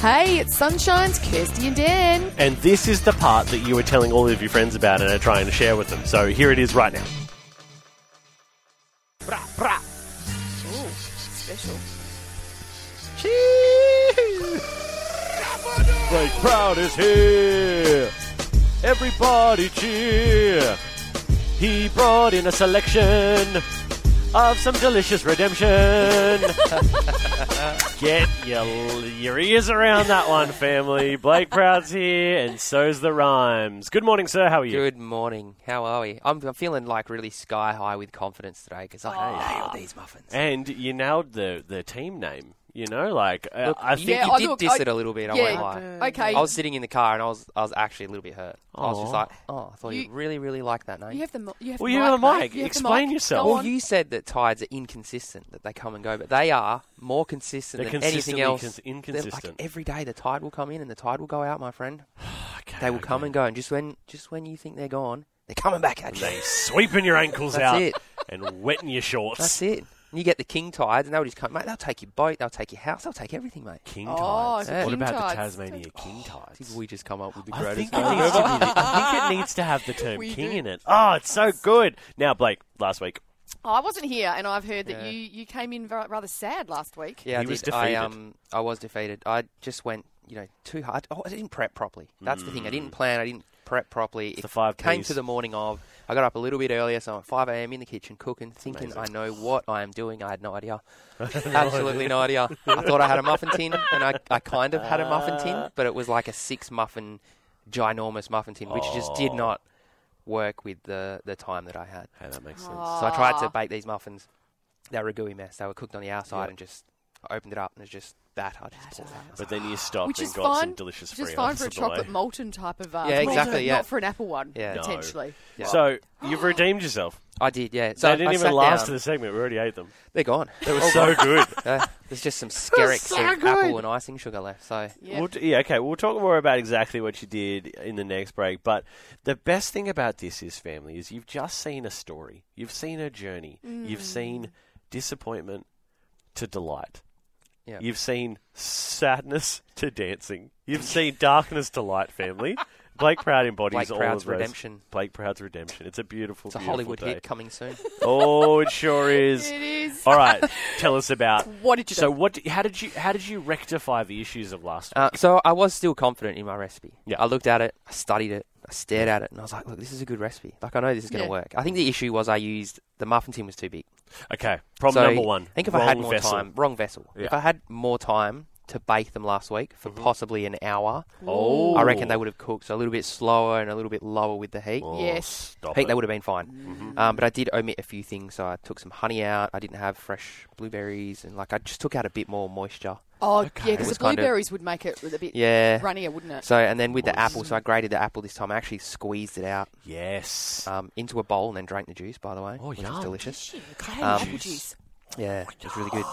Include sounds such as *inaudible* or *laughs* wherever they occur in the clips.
Hey, it's Sunshine's Kirsty and Dan. And this is the part that you were telling all of your friends about and are trying to share with them. So here it is right now. Bra, bra. Ooh, special. The crowd is here. Everybody cheer. He brought in a selection of some delicious redemption. *laughs* Get your, your ears around that one, family. Blake Proud's here, and so's the rhymes. Good morning, sir. How are you? Good morning. How are we? I'm, I'm feeling like really sky high with confidence today because I Oh. nailed these muffins. And you nailed the, the team name. You know, like uh, oh, Look, I think you Yeah, I- did look, diss I- it a little bit. I yeah, won't lie. okay. I was sitting in the car and I was I was actually a little bit hurt. I was just Aw. like, oh, I thought you, You- really really like that name. You have the mi- you have Well, the you mic, have the mate. mic. You have the Explain mic. yourself. Go well, on. you said that tides are inconsistent, that they come and go, but they are more consistent They're than anything consistently else. cons- They're inconsistent. Like every day, the tide will come in and the tide will go out, my friend. Okay, *laughs* They will okay. come and go, and just when just when you think they're gone, they're coming back at you. They sweeping your ankles That's out it. and wetting your shorts. That's it. And you get the king tides, and they'll just come, mate. They'll take your boat, they'll take your house, they'll take everything, mate. King Oh, tides. it's a what king about the tides. Tasmania king I tides? think we just come up with the I greatest. think, it name needs ever. to be the- I think it needs to have the term We king do. in it. Oh, it's so good. Now, Blake, last week Oh, I wasn't here, and I've heard that Yeah. you, you came in ver- rather sad last week. Yeah, He I was did. I defeated. um, I was defeated. I just went, you know, too hard. Oh, I didn't prep properly. That's the thing. I didn't plan. I didn't prep properly. Mm. the five came Ps. to the morning of. I got up a little bit earlier, so I'm at 5 a.m. in the kitchen cooking, thinking I know what I am doing. I had no *laughs* idea. Absolutely no idea. I thought I had a muffin tin, and I, I kind of had a muffin Ah. tin, but it was like a six muffin, ginormous muffin tin, which just Oh. did not work with the, the time that I had. Hey, that makes sense. So I tried to bake these muffins. They were a gooey mess. They were cooked on the outside and just I opened it up and it was just that. I just poured it out. But then you stopped Which and is got fine. some delicious which is Frios fine for a on the way. chocolate molten type of uh, Yeah, sweet, exactly, yeah. Not for an apple one, Yeah. No. potentially. Yeah. So you've redeemed yourself. I did, yeah. So So they I- I didn't sat even last down. to the segment. We already ate them. Oh, They're gone. They were so *laughs* good. Uh, there's just some skerricks so of good. apple and icing sugar left. So Yeah. We'll, t- yeah, okay. We'll talk more about exactly what you did in the next break. But the best thing about this is, family, is you've just seen a story. You've seen a journey. You've Mm. seen disappointment to delight. Yeah. You've seen sadness to dancing. You've seen darkness to light, family. Blake Proud embodies Blake all Proud's of those. redemption. Blake Proud's redemption. It's a beautiful, it's a beautiful Hollywood day. hit coming soon. *laughs* Oh, it sure is. It is. All right, tell us *laughs* about What did you so do? what? d- How did you? How did you rectify the issues of last? Uh, so I was still confident in my recipe. Yeah. I looked at it, I studied it, I stared at it, and I was like, "Look, this is a good recipe. Like I know this is going to Yeah. work." I think the issue was I used the muffin tin was too big. Okay, problem So, number one. I think if wrong I had more vessel. time, wrong vessel. If Yeah. Mm-hmm. I had more time to bake them last week for possibly an hour, oh, I reckon they would have cooked a little bit slower and a little bit lower with the heat. Oh, Yes. stop I think it. they would have been fine. Mm-hmm. Um, but I did omit a few things. So I took some honey out. I didn't have fresh blueberries, and like I just took out a bit more moisture. Oh, yeah, It because was the kind of- blueberries would make it a bit Yeah. runnier, wouldn't it? So and then with the apple, so I grated the apple this time. I actually squeezed it out Yes. um, into a bowl and then drank the juice. By the way, Oh, which was yum. delicious. Grated Um, apple juice. Yeah, it was really good.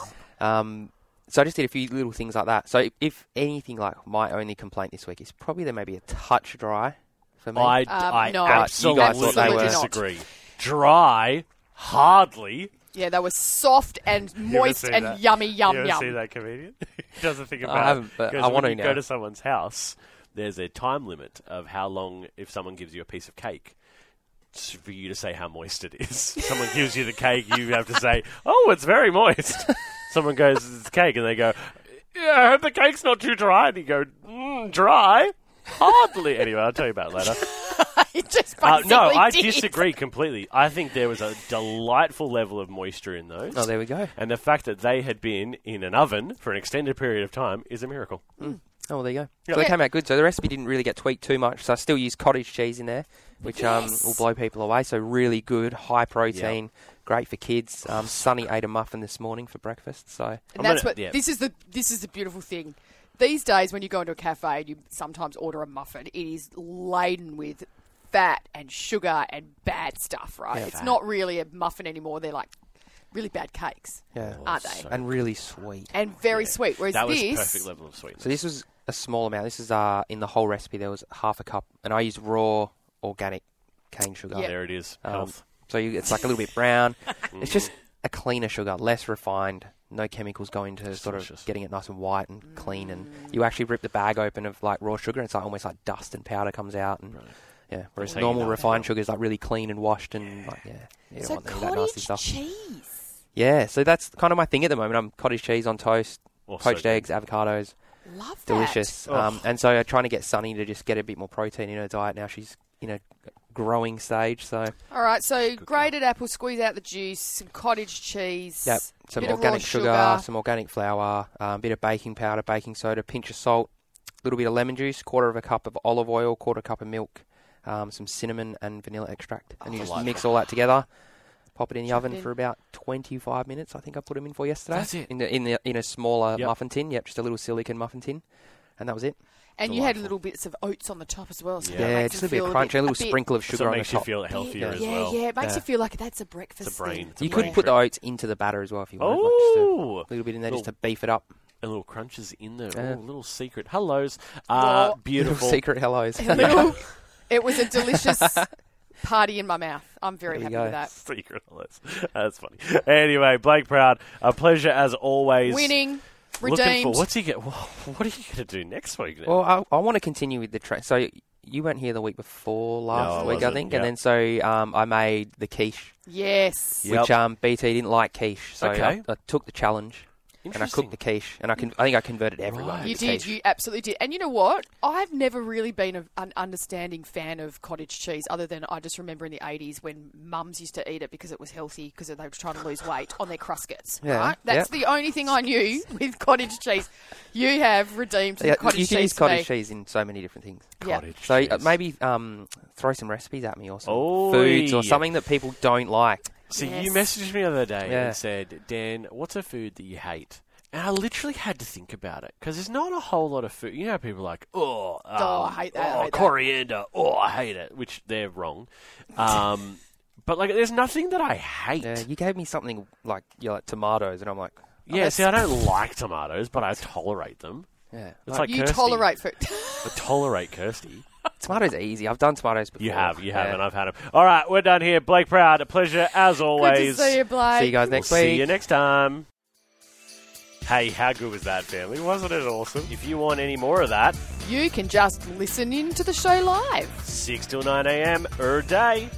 Um, so I just did a few little things like that. So if anything, like my only complaint this week is probably they may be a touch dry for me. I, Um, I no. absolutely But you guys thought they were- disagree. Dry, hardly. Yeah, they were soft and moist seen and that? yummy, yum, you ever yum. *laughs* see that comedian? *laughs* he doesn't think about. haven't, it. but Goes, I when want to you now. Go to someone's house. There's a time limit of how long if someone gives you a piece of cake. it's For you to say how moist it is, *laughs* someone gives you the cake, you have to say, "Oh, it's very moist." *laughs* Someone goes, "It's cake," and they go, "Yeah, I hope the cake's not too dry." And you go, mm, "Dry, hardly." anyway, I'll tell you about it *laughs* later. It just Uh, basically no, I did. disagree completely. I think there was a delightful level of moisture in those. Oh, there we go. And the fact that they had been in an oven for an extended period of time is a miracle. Oh, well, there you go. So they came out good. So the recipe didn't really get tweaked too much. So I still use cottage cheese in there, which um, will blow people away. So really good, high protein, great for kids. Um, Sonny ate a muffin this morning for breakfast. So And that's gonna- what yeah. this is the this is the beautiful thing. These days, when you go into a cafe and you sometimes order a muffin, it is laden with fat and sugar and bad stuff, right? it's not really a muffin anymore. They're like really bad cakes, yeah, aren't they? and really sweet. and very sweet. Whereas that was this, perfect level of sweetness. So this was a small amount. This is uh, in the whole recipe. There was half a cup, and I used raw organic cane sugar. Yeah. there it is. Um, Health. *laughs* Mm-hmm. so you, it's like a little bit brown. it's just a cleaner sugar, less refined no chemicals going to sort delicious. of getting it nice and white and clean. And you actually rip the bag open of like raw sugar, and it's like almost like dust and powder comes out. And yeah, whereas Taking normal that refined sugar is like really clean and washed and like yeah, you don't so want any of that nasty cottage stuff. cheese. Yeah, so that's kind of my thing at the moment. I'm cottage cheese on toast, Oh, so poached good. eggs, avocados, Love that. delicious. Oh. Um, and so I'm trying to get Sunny to just get a bit more protein in her diet now. She's in a growing stage, so All right, so grated apple, squeeze out the juice, some cottage cheese. yep. Some bit of raw organic sugar, sugar. some organic flour, a bit of baking powder, baking soda, pinch of salt, a little bit of lemon juice, quarter of a cup of olive oil, quarter cup of milk, um, some cinnamon and vanilla extract, and you just mix all that together. Pop it in the oven in. for about 25 minutes. I think I put them in for yesterday. That's it. In the, in, the, in a smaller Yep. muffin tin. Yep, just a little silicon muffin tin, and that was it. And you had Delightful. little bits of oats on the top as well. So that Yeah, makes just it a bit feel of crunch, a little bit- sprinkle of sugar So it on makes the you top. feel healthier as yeah, well. Yeah, it makes Yeah. you feel like that's a breakfast. It's a brain. thing. It's a You brain could put the trip. oats into the batter as well if you wanted. like just a Oh, little bit in there just to Little- beef it up. *laughs* and little crunches in there. Yeah. Oh, little secret hellos. Ah, Well- *laughs* beautiful. Secret hellos. *laughs* Little- it was a delicious party in my mouth. I'm very There happy we with go. that. Secret hellos. That's funny. Anyway, Blake Proud, a pleasure as always. Winning, Looking redeemed. for what's he get? *laughs* What are you going to do next week? Then? Well, I, I want to continue with the train. So you weren't here the week before I last week, I wasn't, think, yeah. and then so um, I made the quiche, yes. Yep. which um, BT didn't like quiche, so Okay. I, I took the challenge and I cooked the quiche, and I can I think I converted everyone. Right. to You quiche. did. You absolutely did. And you know what? I've never really been a, an understanding fan of cottage cheese, other than I just remember in the 80s when mums used to eat it because it was healthy, because they were trying to lose weight on their cruscuts. Yeah, Right? That's the only thing I knew *laughs* with cottage cheese. You have redeemed some Yeah, cottage you cheese. can use cottage today. cheese in so many different things. Yeah. Cottage So uh, cheese. maybe um, throw some recipes at me or some Oi. foods or something that people don't like. So you Yes. messaged me the other day Yeah. and said, Dan, what's a food that you hate? And I literally had to think about it because there's not a whole lot of food. You know, people are like, oh, um, Oh, I hate that, I oh, hate that." coriander, oh, I hate it, which they're wrong. Um, *laughs* but like, there's nothing that I hate. Yeah, you gave me something like you know, like tomatoes, and I'm like, Yeah, see, I don't like tomatoes, but I tolerate them. yeah, It's like You Kirsty. tolerate *laughs* food. I tolerate Kirsty. tomatoes are easy. I've done tomatoes before. You have, you have, Yeah. and I've had them. All right, we're done here. Blake Proud, a pleasure as always. Good to see you, Blake. See you guys We'll next See week. you next time. Hey, how good was that, family? Wasn't it awesome? If you want any more of that, You can just listen in to the show live. 6 till 9 a.m. er day.